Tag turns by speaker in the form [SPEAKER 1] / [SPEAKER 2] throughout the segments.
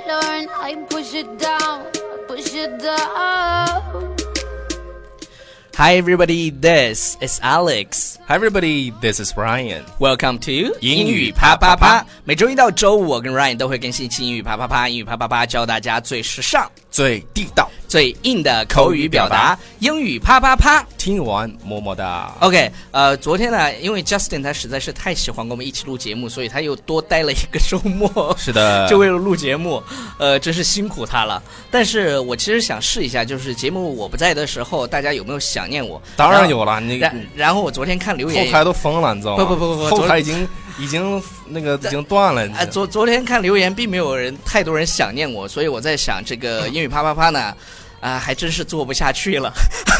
[SPEAKER 1] I can push it down, push it down.
[SPEAKER 2] Hi everybody, this is Alex.
[SPEAKER 3] Hi everybody, this is Ryan.
[SPEAKER 2] Welcome to
[SPEAKER 3] 英语啪啪啪。
[SPEAKER 2] 每周一到周五，我跟 Ryan 都会更新一期英语啪啪啪。英语啪啪啪教大家最时尚、
[SPEAKER 3] 最地道，
[SPEAKER 2] 最硬的口语表达。英语啪啪啪。
[SPEAKER 3] 听完么么哒。
[SPEAKER 2] OK，呃，昨天呢，因为 Justin 他实在是太喜欢跟我们一起录节目，所以他又多待了一个周 末。
[SPEAKER 3] 是的，
[SPEAKER 2] 就为了录节目，呃，真是辛苦他了。但是我其实想试一下，就是节目我不在的时候，大家有没有想念我？
[SPEAKER 3] 当然
[SPEAKER 2] 后
[SPEAKER 3] 有啊了，你
[SPEAKER 2] 然然后我昨天看留言
[SPEAKER 3] 后，台都疯了，你知道吗？
[SPEAKER 2] 哎不不不不不
[SPEAKER 3] 后
[SPEAKER 2] 昨
[SPEAKER 3] 台已经已经那个已经断了。你
[SPEAKER 2] 啊，昨昨天看留言，并没有人太多人想念我，所以我在想这个英语啪啪啪呢，啊，还真是做不下去了。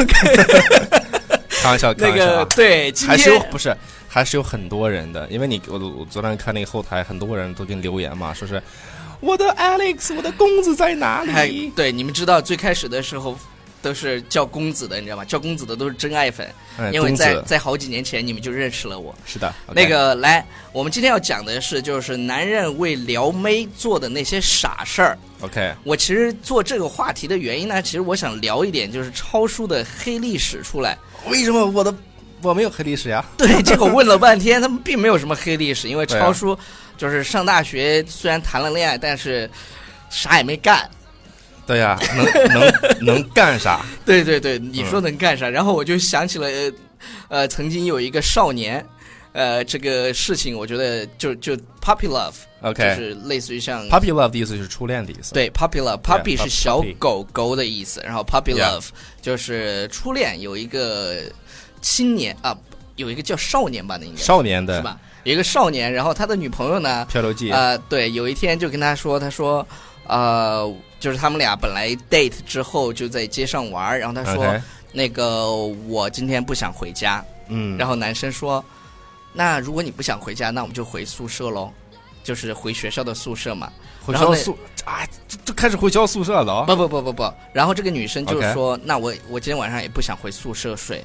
[SPEAKER 3] 开玩笑， 开
[SPEAKER 2] 那
[SPEAKER 3] 玩笑
[SPEAKER 2] 个
[SPEAKER 3] 啊，
[SPEAKER 2] 对，今
[SPEAKER 3] 还是有
[SPEAKER 2] 天
[SPEAKER 3] 不是还是有很多人的，因为你我我昨天看那个后台，很多人都跟留言嘛，说是我的 Alex，我的公子在哪
[SPEAKER 2] 哎
[SPEAKER 3] 里？
[SPEAKER 2] 对，你们知道最开始的时候都是叫公子的，你知道吗？叫公子的都是真爱粉，
[SPEAKER 3] 哎，
[SPEAKER 2] 因为
[SPEAKER 3] 公
[SPEAKER 2] 在
[SPEAKER 3] 子
[SPEAKER 2] 在好几年前你们就认识了我。
[SPEAKER 3] 是的，
[SPEAKER 2] 那个来，我们今天要讲的是，就是男人为撩妹做的那些傻事儿。
[SPEAKER 3] OK，
[SPEAKER 2] 我其实做这个话题的原因呢，其实我想聊一点，就是超叔的黑历史出来。
[SPEAKER 3] 为什么我的我没有黑历史呀？
[SPEAKER 2] 对，结果问了半天，他们并没有什么黑历史，因为
[SPEAKER 3] 对啊
[SPEAKER 2] 超叔就是上大学虽然谈了恋爱，但是啥也没干。
[SPEAKER 3] 对呀，能能能干啥？
[SPEAKER 2] 对对对，你
[SPEAKER 3] 嗯
[SPEAKER 2] 说能干啥？然后我就想起了，呃呃，曾经有一个少年，呃，这个事情我觉得就就 puppy love，就
[SPEAKER 3] OK，
[SPEAKER 2] 是类似于像
[SPEAKER 3] Puppy love 的意思是初恋的意思。，
[SPEAKER 2] 嗯对 puppy love，puppy
[SPEAKER 3] Yeah，
[SPEAKER 2] 是
[SPEAKER 3] pup-
[SPEAKER 2] 小
[SPEAKER 3] puppy
[SPEAKER 2] 狗狗的意思，然后 puppy
[SPEAKER 3] Yeah
[SPEAKER 2] love 就是初恋，有一个青年啊，有一个叫少年吧，那应该
[SPEAKER 3] 少年
[SPEAKER 2] 是
[SPEAKER 3] 的
[SPEAKER 2] 吧？有一个少年，然后他的女朋友呢，
[SPEAKER 3] 漂流记。
[SPEAKER 2] 呃，对，有一天就跟他说，他说，呃，就是他们俩本来 date 之后就在街上玩儿，然后他说
[SPEAKER 3] OK，
[SPEAKER 2] 那个我今天不想回家，
[SPEAKER 3] 嗯，
[SPEAKER 2] 然
[SPEAKER 3] 后
[SPEAKER 2] 后男生说，那如果你不想回家，那我们就回宿舍喽，就是回学校的宿舍嘛。
[SPEAKER 3] 回
[SPEAKER 2] 然后
[SPEAKER 3] 校
[SPEAKER 2] 那
[SPEAKER 3] 宿啊，就就开始回校宿舍了啊。
[SPEAKER 2] 不不不不不，然后这个女生就
[SPEAKER 3] OK
[SPEAKER 2] 说，那我我今天晚上也不想回宿舍睡。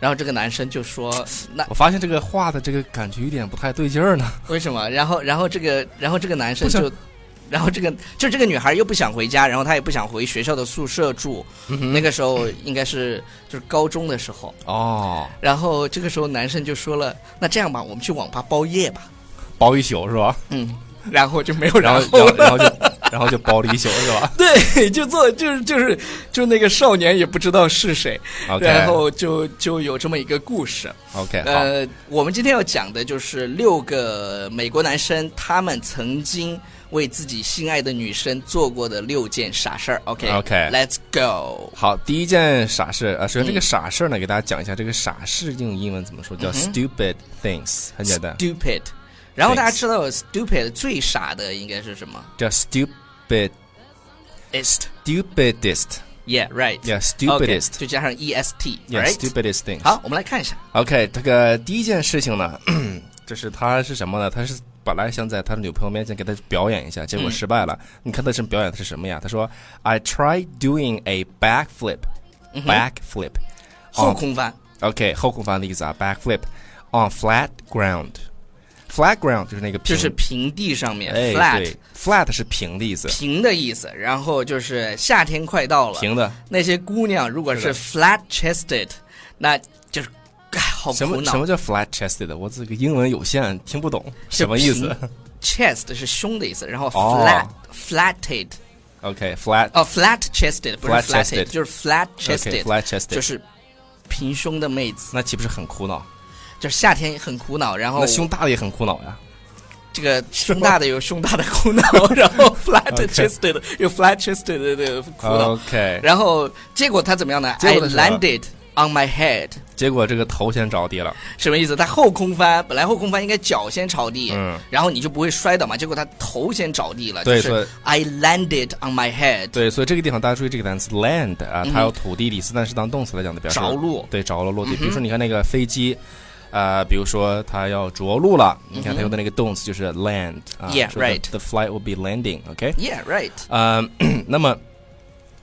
[SPEAKER 2] 然后这个男生就说：“那
[SPEAKER 3] 我发现这个话的这个感觉有点不太对劲儿呢。
[SPEAKER 2] 为什么？”然后，然后这个，然后这个男生
[SPEAKER 3] 不想
[SPEAKER 2] 就，然后这个就这个女孩又不想回家，然后她也不想回学校的宿舍住，
[SPEAKER 3] 嗯
[SPEAKER 2] 那个时候应该是就是高中的时候，
[SPEAKER 3] 哦，
[SPEAKER 2] 然后这个时候男生就说了：“那这样吧，我们去网吧包夜吧。
[SPEAKER 3] 包一宿是吧？”
[SPEAKER 2] 嗯，然后就没有
[SPEAKER 3] 然后
[SPEAKER 2] 后
[SPEAKER 3] 然后
[SPEAKER 2] 了。
[SPEAKER 3] 然后就然后就包了一宿是吧
[SPEAKER 2] 对，就做就是就是就那个少年也不知道是谁，
[SPEAKER 3] ？OK，
[SPEAKER 2] 然后就就有这么一个故事。
[SPEAKER 3] OK 哎好，
[SPEAKER 2] 呃，我们今天要讲的就是六个美国男生他们曾经为自己心爱的女生做过的六件傻事儿。
[SPEAKER 3] OK
[SPEAKER 2] OK，Let's、go。
[SPEAKER 3] 好，第一件傻事啊，呃首先这
[SPEAKER 2] 嗯
[SPEAKER 3] 个傻事儿呢，给大家讲一下这个傻事用英文怎么说，叫
[SPEAKER 2] 嗯哼
[SPEAKER 3] stupid things，很简单，
[SPEAKER 2] Stupid。然后
[SPEAKER 3] Thanks
[SPEAKER 2] 大家知道 stupid 最傻的应该是什么
[SPEAKER 3] 叫 stupid
[SPEAKER 2] ？ist
[SPEAKER 3] stupidest，yeah
[SPEAKER 2] yeah right OK，
[SPEAKER 3] stupidest，yeah
[SPEAKER 2] 就加上 est right。
[SPEAKER 3] stupidest things。
[SPEAKER 2] 好，我们来看一下。
[SPEAKER 3] OK，这个第一件事情呢， 就是他是什么呢？他是本来想在他的女朋友面前给他表演一下，结果
[SPEAKER 2] 嗯
[SPEAKER 3] 失败了。你看他这表演的是什么呀？他说：“I tried doing a backflip,
[SPEAKER 2] 嗯哼
[SPEAKER 3] backflip 哦
[SPEAKER 2] 后空翻
[SPEAKER 3] OK，后空翻的意思啊，backflip on flat ground。flat ground 就是那个平，
[SPEAKER 2] 就是平地上面
[SPEAKER 3] 哎
[SPEAKER 2] flat
[SPEAKER 3] 对，flat 是平的意思，
[SPEAKER 2] 平的意思，然后就是夏天快到了，
[SPEAKER 3] 平的。
[SPEAKER 2] 那些姑娘如果是
[SPEAKER 3] 是
[SPEAKER 2] flat chested，那就是哎好
[SPEAKER 3] 什
[SPEAKER 2] 苦
[SPEAKER 3] 么什
[SPEAKER 2] 恼
[SPEAKER 3] 么。叫 flat chested？我这个英文有限，听不懂什么意思。
[SPEAKER 2] chest 是胸的意思，然后
[SPEAKER 3] 哦
[SPEAKER 2] flat、flatted
[SPEAKER 3] OK，flat
[SPEAKER 2] 哦 flat chested 不是
[SPEAKER 3] Flat
[SPEAKER 2] flatted
[SPEAKER 3] chested
[SPEAKER 2] 就是 flat chested，、
[SPEAKER 3] OK，flat chested
[SPEAKER 2] 就是平胸的妹子，
[SPEAKER 3] 那岂不是很苦
[SPEAKER 2] 哦
[SPEAKER 3] 恼？
[SPEAKER 2] 就是夏天很苦恼，然后
[SPEAKER 3] 那胸大的也很苦恼呀。
[SPEAKER 2] 这个胸大的有胸大的苦 恼，然后 flat
[SPEAKER 3] OK
[SPEAKER 2] chested 的有 flat chested 的的苦恼，
[SPEAKER 3] OK，
[SPEAKER 2] 然后结果他怎么样呢
[SPEAKER 3] 哎结
[SPEAKER 2] ？I
[SPEAKER 3] 果他什么
[SPEAKER 2] landed on my head，
[SPEAKER 3] 结果这个头先着地了，
[SPEAKER 2] 什么意思？他后空翻，本来后空翻应该脚先着地，
[SPEAKER 3] 嗯
[SPEAKER 2] 然后你就不会摔倒嘛，结果他头先着地了，
[SPEAKER 3] 对
[SPEAKER 2] 就
[SPEAKER 3] 所
[SPEAKER 2] 是
[SPEAKER 3] 以
[SPEAKER 2] I landed on my head，
[SPEAKER 3] 对，所以这个地方大家注意这个单词 land 啊，它有土地的意思，但是当动词来讲的表示
[SPEAKER 2] 嗯着陆嗯
[SPEAKER 3] 对，着了落地。比如说你看那个飞机，呃，比如说它要着陆了，你看它用的那个动词就是 land
[SPEAKER 2] 嗯
[SPEAKER 3] 啊
[SPEAKER 2] Yeah，
[SPEAKER 3] 说的
[SPEAKER 2] right
[SPEAKER 3] The flight will be landing. OK，
[SPEAKER 2] Yeah, right.
[SPEAKER 3] 呃， 那么。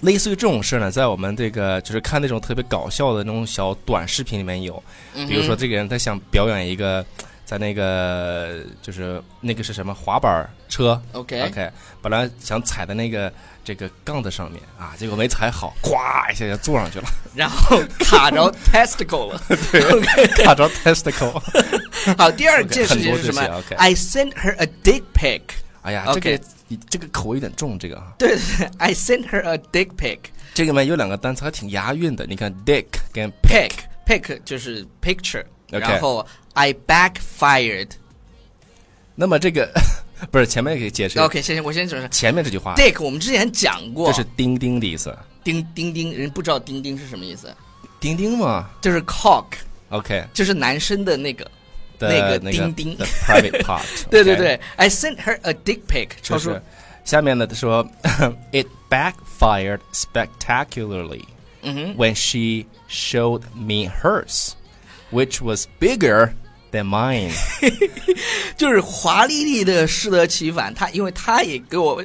[SPEAKER 3] 类似于这种事呢，在我们这个就是看那
[SPEAKER 2] 嗯
[SPEAKER 3] 种特别搞笑的那种小短视频里面有，比如说这个人他想表演一个，在那个就是那个是什么滑板车
[SPEAKER 2] OK，
[SPEAKER 3] ，OK，本来想踩在那个这个杠子上面啊，结果没踩好，咵一下就坐上 去了，
[SPEAKER 2] 然后卡 着 testicle 了。
[SPEAKER 3] 卡着 testicle。
[SPEAKER 2] 好，第二
[SPEAKER 3] OK，
[SPEAKER 2] 件事情是什
[SPEAKER 3] 很
[SPEAKER 2] 么
[SPEAKER 3] 多这些，OK
[SPEAKER 2] ？I sent her a dick pic。
[SPEAKER 3] 哎呀，这
[SPEAKER 2] OK
[SPEAKER 3] 个你这个口味有点重，这个啊，
[SPEAKER 2] 对 对对，I sent her a dick pic。
[SPEAKER 3] 这个嘛有两个单词还挺押韵的，你看 dick 跟
[SPEAKER 2] pic pic 就是 picture，
[SPEAKER 3] OK
[SPEAKER 2] 然后 I backfired。
[SPEAKER 3] 那么这个 不是前面给解释
[SPEAKER 2] OK，先我先解释
[SPEAKER 3] 前面这句话，
[SPEAKER 2] dick，我们之前讲过，
[SPEAKER 3] 这是钉钉的意思，
[SPEAKER 2] 钉钉钉，人不知道钉钉是什么意思，
[SPEAKER 3] 钉钉嘛
[SPEAKER 2] 就是 cock，
[SPEAKER 3] ，OK
[SPEAKER 2] 就是男生的那个。
[SPEAKER 3] 的
[SPEAKER 2] 那个
[SPEAKER 3] 那
[SPEAKER 2] 钉钉
[SPEAKER 3] the private part，
[SPEAKER 2] 对对
[SPEAKER 3] OK
[SPEAKER 2] 对，I sent her a dick pic。
[SPEAKER 3] 就
[SPEAKER 2] 超叔
[SPEAKER 3] 是，下面呢他说 ，It backfired spectacularly
[SPEAKER 2] 嗯哼
[SPEAKER 3] when she showed me hers, which was bigger than mine 。
[SPEAKER 2] 就是华丽丽的适得其反。她因为她也给我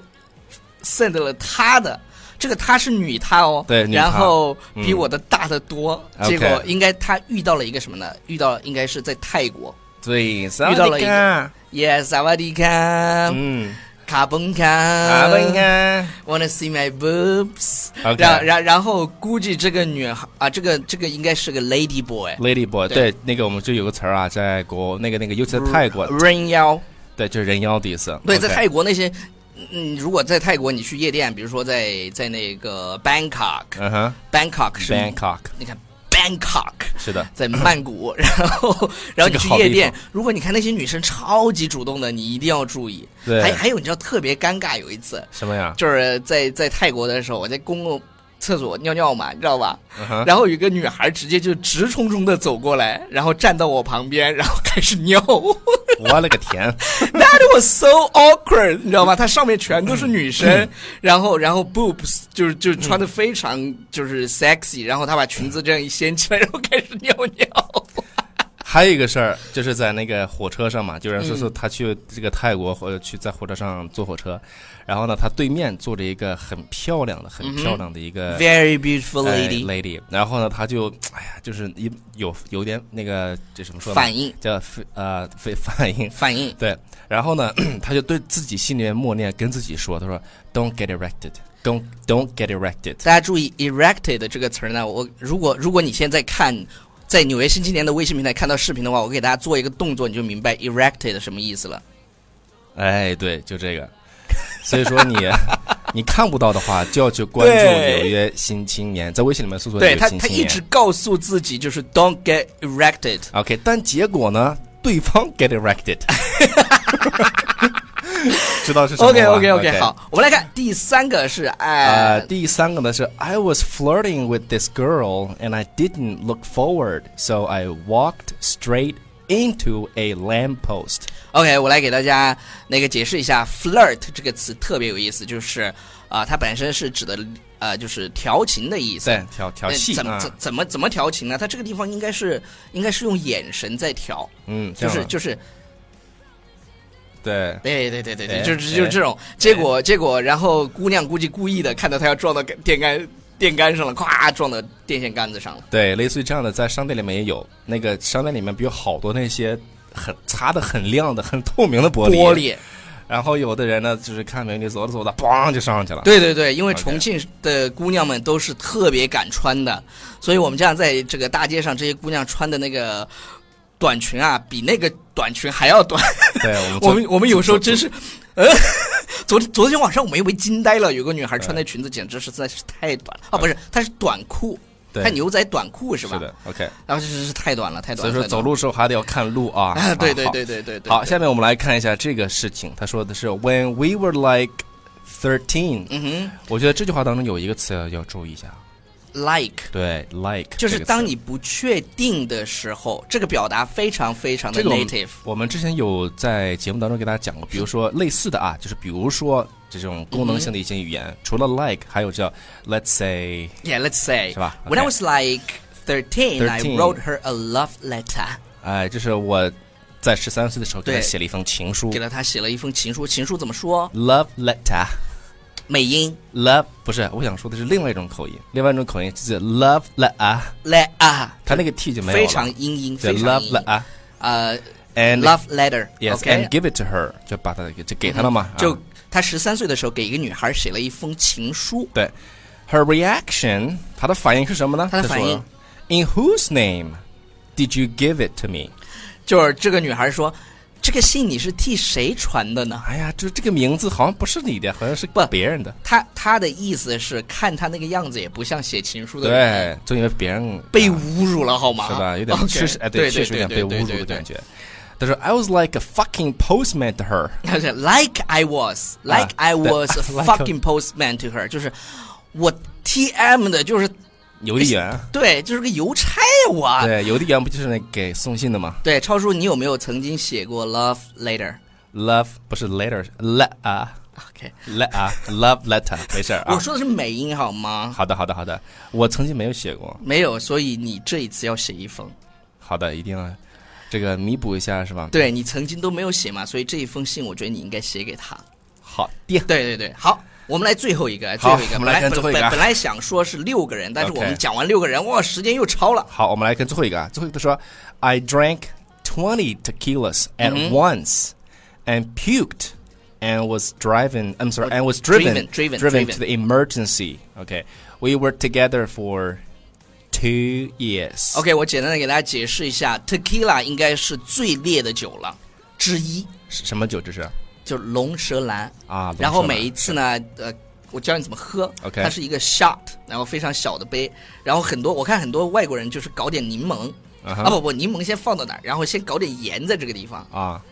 [SPEAKER 2] send 了她的，这个她是女她哦，
[SPEAKER 3] 对女她
[SPEAKER 2] 然后
[SPEAKER 3] 嗯
[SPEAKER 2] 比我的大得多。
[SPEAKER 3] OK
[SPEAKER 2] 结果应该她遇到了一个什么呢？遇到了应该是在泰国。
[SPEAKER 3] 对，遇
[SPEAKER 2] 遇到了一个 Yes, 萨瓦迪卡，
[SPEAKER 3] 嗯，
[SPEAKER 2] 卡崩卡，
[SPEAKER 3] 啊，不应该
[SPEAKER 2] Wanna see my boobs？
[SPEAKER 3] OK
[SPEAKER 2] 然然然后估计这个女孩啊，这个这个应该是个 lady boy，
[SPEAKER 3] Lady Boy，
[SPEAKER 2] 对
[SPEAKER 3] 对，那个我们就有个词儿啊，在国那个那个，尤其在泰国，
[SPEAKER 2] 人妖。
[SPEAKER 3] 对，就是人妖的意思。
[SPEAKER 2] 对，在
[SPEAKER 3] OK
[SPEAKER 2] 泰国那些，嗯，如果在泰国你去夜店，比如说在在那个 Bangkok，Bangkok
[SPEAKER 3] 嗯哼
[SPEAKER 2] 是
[SPEAKER 3] ，Bangkok
[SPEAKER 2] 你看 Bangkok
[SPEAKER 3] 是的，
[SPEAKER 2] 在曼 谷，然后然后你
[SPEAKER 3] 这个
[SPEAKER 2] 去
[SPEAKER 3] 好地
[SPEAKER 2] 夜店
[SPEAKER 3] 方，
[SPEAKER 2] 如果你看那些女生超级主动的，你一定要注意。
[SPEAKER 3] 对
[SPEAKER 2] 还还有你知道特别尴尬，有一次
[SPEAKER 3] 什么呀？
[SPEAKER 2] 就是在在泰国的时候，我在公共厕所尿尿嘛，你知道吧？
[SPEAKER 3] 嗯哼，
[SPEAKER 2] 然后有一个女孩直接就直冲冲的走过来，然后站到我旁边，然后开始 尿。
[SPEAKER 3] 我勒个天！
[SPEAKER 2] That was so awkward，你知道吗？它上面全都是女生，然后然后 boobs 就是就是穿的非常就是 sexy，然后她把裙子这样一掀起来，然后开始尿尿。
[SPEAKER 3] 还有一个事儿，就是在那个火车上嘛，有人
[SPEAKER 2] 嗯
[SPEAKER 3] 说说他去这个泰国或者去在火车上坐火车，然后呢，他对面坐着一个很漂亮的、很漂亮的一个
[SPEAKER 2] Very beautiful
[SPEAKER 3] 呃
[SPEAKER 2] 嗯 lady，
[SPEAKER 3] lady，然后呢，他就哎呀，就是一有有点那个这怎么说呢？
[SPEAKER 2] 反应
[SPEAKER 3] 叫非呃非反应。
[SPEAKER 2] 反应
[SPEAKER 3] 对，然后呢， 他就对自己心里面默念，跟自己说，他说，Don't get erected，don't don't get erected。
[SPEAKER 2] 大家注意 “erected” 这个词儿呢，我如果如果你现在看在纽约新青年的微信平台看到视频的话，我给大家做一个动作，你就明白 “erected” 什么意思了。
[SPEAKER 3] 哎，对，就这个。所以说你 你看不到的话，就要去关注
[SPEAKER 2] 对
[SPEAKER 3] 纽约新青年，在微信里面搜索纽
[SPEAKER 2] 对
[SPEAKER 3] 约
[SPEAKER 2] 他，
[SPEAKER 3] 新
[SPEAKER 2] 他
[SPEAKER 3] 青
[SPEAKER 2] 一
[SPEAKER 3] 年。
[SPEAKER 2] 直告诉自己就是 “Don't get erected”。
[SPEAKER 3] OK，但结果呢，对方 get erected，知道是什么吗
[SPEAKER 2] OK OK
[SPEAKER 3] 啊 OK
[SPEAKER 2] 好，我们来看第三个是
[SPEAKER 3] 呃，
[SPEAKER 2] 哎，
[SPEAKER 3] 第三个呢是 I was flirting with this girl and I didn't look forward, so I walked straight into a lamppost.
[SPEAKER 2] OK，我来给大家那个解释一下 “flirt” 这个词特别有意思，就是啊、它本身是指的呃，就是调情的意思。
[SPEAKER 3] 对，调调
[SPEAKER 2] 呃
[SPEAKER 3] 戏
[SPEAKER 2] 怎么
[SPEAKER 3] 啊，
[SPEAKER 2] 怎怎么怎么调情呢？它这个地方应该是应该是用眼神在调，
[SPEAKER 3] 嗯，这
[SPEAKER 2] 就
[SPEAKER 3] 样
[SPEAKER 2] 是
[SPEAKER 3] 吧
[SPEAKER 2] 就是
[SPEAKER 3] 对，
[SPEAKER 2] 对对对对对，
[SPEAKER 3] 哎
[SPEAKER 2] 就是就是
[SPEAKER 3] 哎
[SPEAKER 2] 这种结果结果，然后姑娘估计故意的，看到他要撞到电杆电杆上了，咵撞到电线杆子上了。
[SPEAKER 3] 对，类似于这样的，在商店里面也有。那个商店里面，比如好多那些很擦的很亮的、很透明的玻璃，啊
[SPEAKER 2] 玻。璃，
[SPEAKER 3] 然后有的人呢，就是看美女走着走着，咣就上去了。
[SPEAKER 2] 对对对，因为
[SPEAKER 3] OK
[SPEAKER 2] 重庆的姑娘们都是特别敢穿的，所以我们这样在这个大街上，这些姑娘穿的那个短裙啊，比那个短裙还要短。
[SPEAKER 3] 对，我 们
[SPEAKER 2] 我
[SPEAKER 3] 昨
[SPEAKER 2] 们我们有时候真是，呃，昨昨天晚上我们以为惊呆了，有个女孩穿的裙子简直实在是太短了啊，不是，她是短裤，
[SPEAKER 3] 对
[SPEAKER 2] 她牛仔短裤是吧？
[SPEAKER 3] 是的，OK。
[SPEAKER 2] 然后真是太短了，太短
[SPEAKER 3] 所
[SPEAKER 2] 了。
[SPEAKER 3] 以说
[SPEAKER 2] 太短
[SPEAKER 3] 走
[SPEAKER 2] 了
[SPEAKER 3] 路的时候还得要看路啊。
[SPEAKER 2] 啊，对对
[SPEAKER 3] 好
[SPEAKER 2] 对对对对。
[SPEAKER 3] 好，
[SPEAKER 2] 对
[SPEAKER 3] 下面我们来看一下这个事情。他说的是 When we were like thirteen，、
[SPEAKER 2] 嗯
[SPEAKER 3] 我觉得这句话当中有一个词要注意一下，
[SPEAKER 2] 哼，like。
[SPEAKER 3] 对，like，
[SPEAKER 2] 就
[SPEAKER 3] 这
[SPEAKER 2] 是
[SPEAKER 3] 个词
[SPEAKER 2] 当你不确定的时候，这个表达非常非常的
[SPEAKER 3] 这个我们
[SPEAKER 2] native。
[SPEAKER 3] 我们之前有在节目当中给大家讲过，比如说类似的啊，就是比如说这种功能性的一些语
[SPEAKER 2] 嗯
[SPEAKER 3] 言，除了 like，还有叫 let's say，
[SPEAKER 2] Yeah, let's say.
[SPEAKER 3] 是吧
[SPEAKER 2] When I
[SPEAKER 3] OK
[SPEAKER 2] was like 13, I
[SPEAKER 3] 13.
[SPEAKER 2] wrote her a love letter.
[SPEAKER 3] 哎，这是我在十三岁的时候给他
[SPEAKER 2] 对
[SPEAKER 3] 写了一封情书
[SPEAKER 2] 给了她写了一封情书，情书怎么说？
[SPEAKER 3] ，love letter。
[SPEAKER 2] 美音
[SPEAKER 3] Love 不是，我想说的是另外一种口音，另外一种口音就是 love letter，
[SPEAKER 2] let 啊，
[SPEAKER 3] 他那个 t 就没有
[SPEAKER 2] 非
[SPEAKER 3] 了，
[SPEAKER 2] 常英音，
[SPEAKER 3] 对
[SPEAKER 2] 非常
[SPEAKER 3] love
[SPEAKER 2] 英音。
[SPEAKER 3] letter，
[SPEAKER 2] 呃，
[SPEAKER 3] and
[SPEAKER 2] love letter。
[SPEAKER 3] yes
[SPEAKER 2] OK，
[SPEAKER 3] and give it to her，就把它给就给他了嘛，
[SPEAKER 2] 就
[SPEAKER 3] 啊
[SPEAKER 2] 他十三岁的时候给一个女孩写了一封情书。
[SPEAKER 3] 对。Her reaction，她的反应是什么呢？
[SPEAKER 2] 她的
[SPEAKER 3] 她
[SPEAKER 2] 反
[SPEAKER 3] 说
[SPEAKER 2] 应
[SPEAKER 3] ，In whose name did you give it to me？
[SPEAKER 2] 就是这个女孩说：“这个信你是替谁传的呢
[SPEAKER 3] 哎呀，就这个名字好像不是你的，好像是
[SPEAKER 2] 不
[SPEAKER 3] 别人的。？”
[SPEAKER 2] 她她的意思是，看她那个样子也不像写情书的人，
[SPEAKER 3] 对，就因为别人啊
[SPEAKER 2] 被侮辱了好吗？
[SPEAKER 3] 是吧？有点
[SPEAKER 2] OK，
[SPEAKER 3] 确实，哎，
[SPEAKER 2] 对，
[SPEAKER 3] 确实有点被
[SPEAKER 2] 对
[SPEAKER 3] 侮辱的
[SPEAKER 2] 对对
[SPEAKER 3] 感觉。他说：“I was like a fucking postman to her。
[SPEAKER 2] 而且 like I was, like I
[SPEAKER 3] 啊对
[SPEAKER 2] was a
[SPEAKER 3] like a-
[SPEAKER 2] fucking postman to her，就是我 TM 的，就是”
[SPEAKER 3] 邮递员，
[SPEAKER 2] 对，就是个邮差我。
[SPEAKER 3] 对，邮递员不就是那给送信的吗
[SPEAKER 2] 对，超叔，你有没有曾经写过 love letter？OK，、
[SPEAKER 3] ？Love 不是 letter，let 啊 let 啊 love letter，没事儿啊
[SPEAKER 2] 我。说的是美音好吗？
[SPEAKER 3] 好的，好的，好的。我曾经没有写过，
[SPEAKER 2] 没有，所以你这一次要写一封。
[SPEAKER 3] 好的，一定要这个弥补一下，是吧？
[SPEAKER 2] 对你曾经都没有写嘛，所以这一封信，我觉得你应该写给他。
[SPEAKER 3] 好的，
[SPEAKER 2] 对对对，好，我们来最后一个，最
[SPEAKER 3] 好
[SPEAKER 2] 后一个，
[SPEAKER 3] 我们
[SPEAKER 2] 本
[SPEAKER 3] 来看
[SPEAKER 2] 本
[SPEAKER 3] 最后一个
[SPEAKER 2] 本
[SPEAKER 3] 啊
[SPEAKER 2] 本来想说是六个人，但是我
[SPEAKER 3] OK
[SPEAKER 2] 们讲完六个人，哇，时间又超了。
[SPEAKER 3] 好，我们来看最后一个啊。最后一个说：“I drank twenty tequilas at
[SPEAKER 2] Mm-hmm
[SPEAKER 3] once and puked and was driving. I'm sorry, and was driven
[SPEAKER 2] driven, driven, driven.
[SPEAKER 3] to the emergency. Okay, we were together for two years.
[SPEAKER 2] OK，我简单的给大家解释一下，tequila 应该是最烈的酒了之一，
[SPEAKER 3] 是什么酒这是？
[SPEAKER 2] 就是龙舌兰
[SPEAKER 3] 啊龙
[SPEAKER 2] 然后
[SPEAKER 3] 舌兰
[SPEAKER 2] 每一次呢，呃，我教你怎么喝。
[SPEAKER 3] OK
[SPEAKER 2] 它是一个 shot，然后非常小的杯，然后很多我看很多外国人就是搞点柠檬。
[SPEAKER 3] 啊哈
[SPEAKER 2] 啊不不，柠檬先放到那儿，然后先搞点盐在这个地方，
[SPEAKER 3] 啊，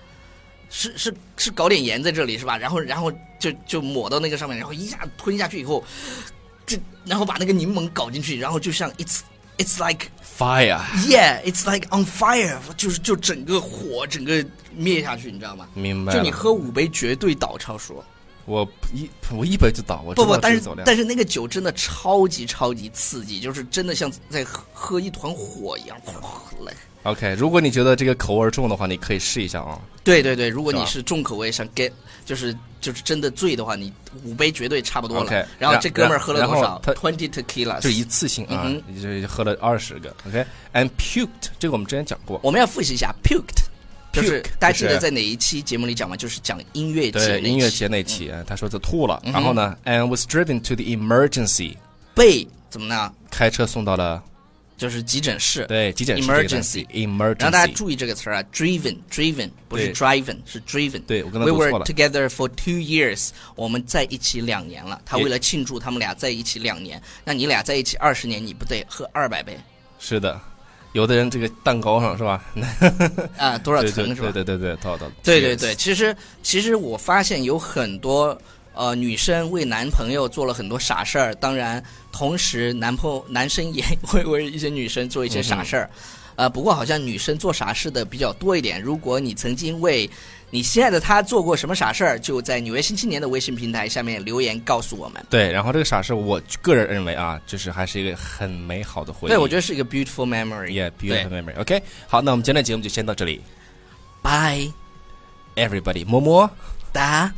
[SPEAKER 2] 是是是搞点盐在这里是吧？然后然后就就抹到那个上面，然后一下吞下去以后，这然后把那个柠檬搞进去，然后就像 it's it's like
[SPEAKER 3] fire
[SPEAKER 2] Yeah, it's like on fire，就是就整个火整个灭下去，你知道吗？
[SPEAKER 3] 明白了
[SPEAKER 2] 就你喝五杯绝对倒，超叔。
[SPEAKER 3] 我一我一杯就倒，我
[SPEAKER 2] 不不，但是
[SPEAKER 3] 走量
[SPEAKER 2] 但是那个酒真的超级超级刺激，就是真的像在喝喝一团火一样。哗来
[SPEAKER 3] OK，如果你觉得这个口味儿重的话，你可以试一下啊。
[SPEAKER 2] 对对对，如果你
[SPEAKER 3] 是吧
[SPEAKER 2] 是重口味，想 get 就是就是真的醉的话，你五杯绝对差不多了。
[SPEAKER 3] OK，
[SPEAKER 2] 然后
[SPEAKER 3] 然
[SPEAKER 2] 这哥们儿喝了
[SPEAKER 3] 然
[SPEAKER 2] 多
[SPEAKER 3] 然
[SPEAKER 2] 少
[SPEAKER 3] 后他
[SPEAKER 2] ？Twenty tequila，
[SPEAKER 3] 就一。次性啊
[SPEAKER 2] 嗯，
[SPEAKER 3] 就喝了二十个，OK，and puked，这个我们之前讲过，
[SPEAKER 2] 我们要复习一下 puked，就是大家记
[SPEAKER 3] 就
[SPEAKER 2] 得
[SPEAKER 3] 是
[SPEAKER 2] 在哪一期节目里讲吗？就是讲音乐节那嗯
[SPEAKER 3] 对
[SPEAKER 2] 一期
[SPEAKER 3] 音乐节那期，他说他吐了，然后呢，and was driven to the emergency，
[SPEAKER 2] 被怎么呢？
[SPEAKER 3] 开车送到了
[SPEAKER 2] 就是急诊室。
[SPEAKER 3] 对急诊室
[SPEAKER 2] Emergency 然后大家
[SPEAKER 3] emergency，
[SPEAKER 2] 注意这个词儿啊，driven driven 不是
[SPEAKER 3] 对
[SPEAKER 2] driven 是 driven。
[SPEAKER 3] 对我刚才
[SPEAKER 2] We
[SPEAKER 3] 读错
[SPEAKER 2] were
[SPEAKER 3] 了
[SPEAKER 2] together for two years，我们在一起两年了。他为了庆祝他们俩在一起两年，那你俩在一起二十年，你不得喝二百杯
[SPEAKER 3] 是的，有的人这个蛋糕上是吧？
[SPEAKER 2] 啊？多少
[SPEAKER 3] 对对
[SPEAKER 2] 层是吧
[SPEAKER 3] 对？对对对，到到，
[SPEAKER 2] 对对对，，其实其实我发现有很多呃女生为男朋友做了很多傻事儿，当然同时男朋友男生也 会为一些女生做一些
[SPEAKER 3] 嗯
[SPEAKER 2] 傻事儿。呃，不过好像女生做傻事的比较多一点。如果你曾经为你心爱的他做过什么傻事儿，就在《纽约新青年》的微信平台下面留言告诉我们。
[SPEAKER 3] 对，然后这个傻事，我个人认为啊，就是还是一个很美好的回忆，
[SPEAKER 2] 对，我觉得是一个 beautiful memory。
[SPEAKER 3] ，yeah beautiful
[SPEAKER 2] 对
[SPEAKER 3] memory。OK，好，那我们今天的节目就先到这里
[SPEAKER 2] 拜
[SPEAKER 3] ，everybody 么么。
[SPEAKER 2] 哒。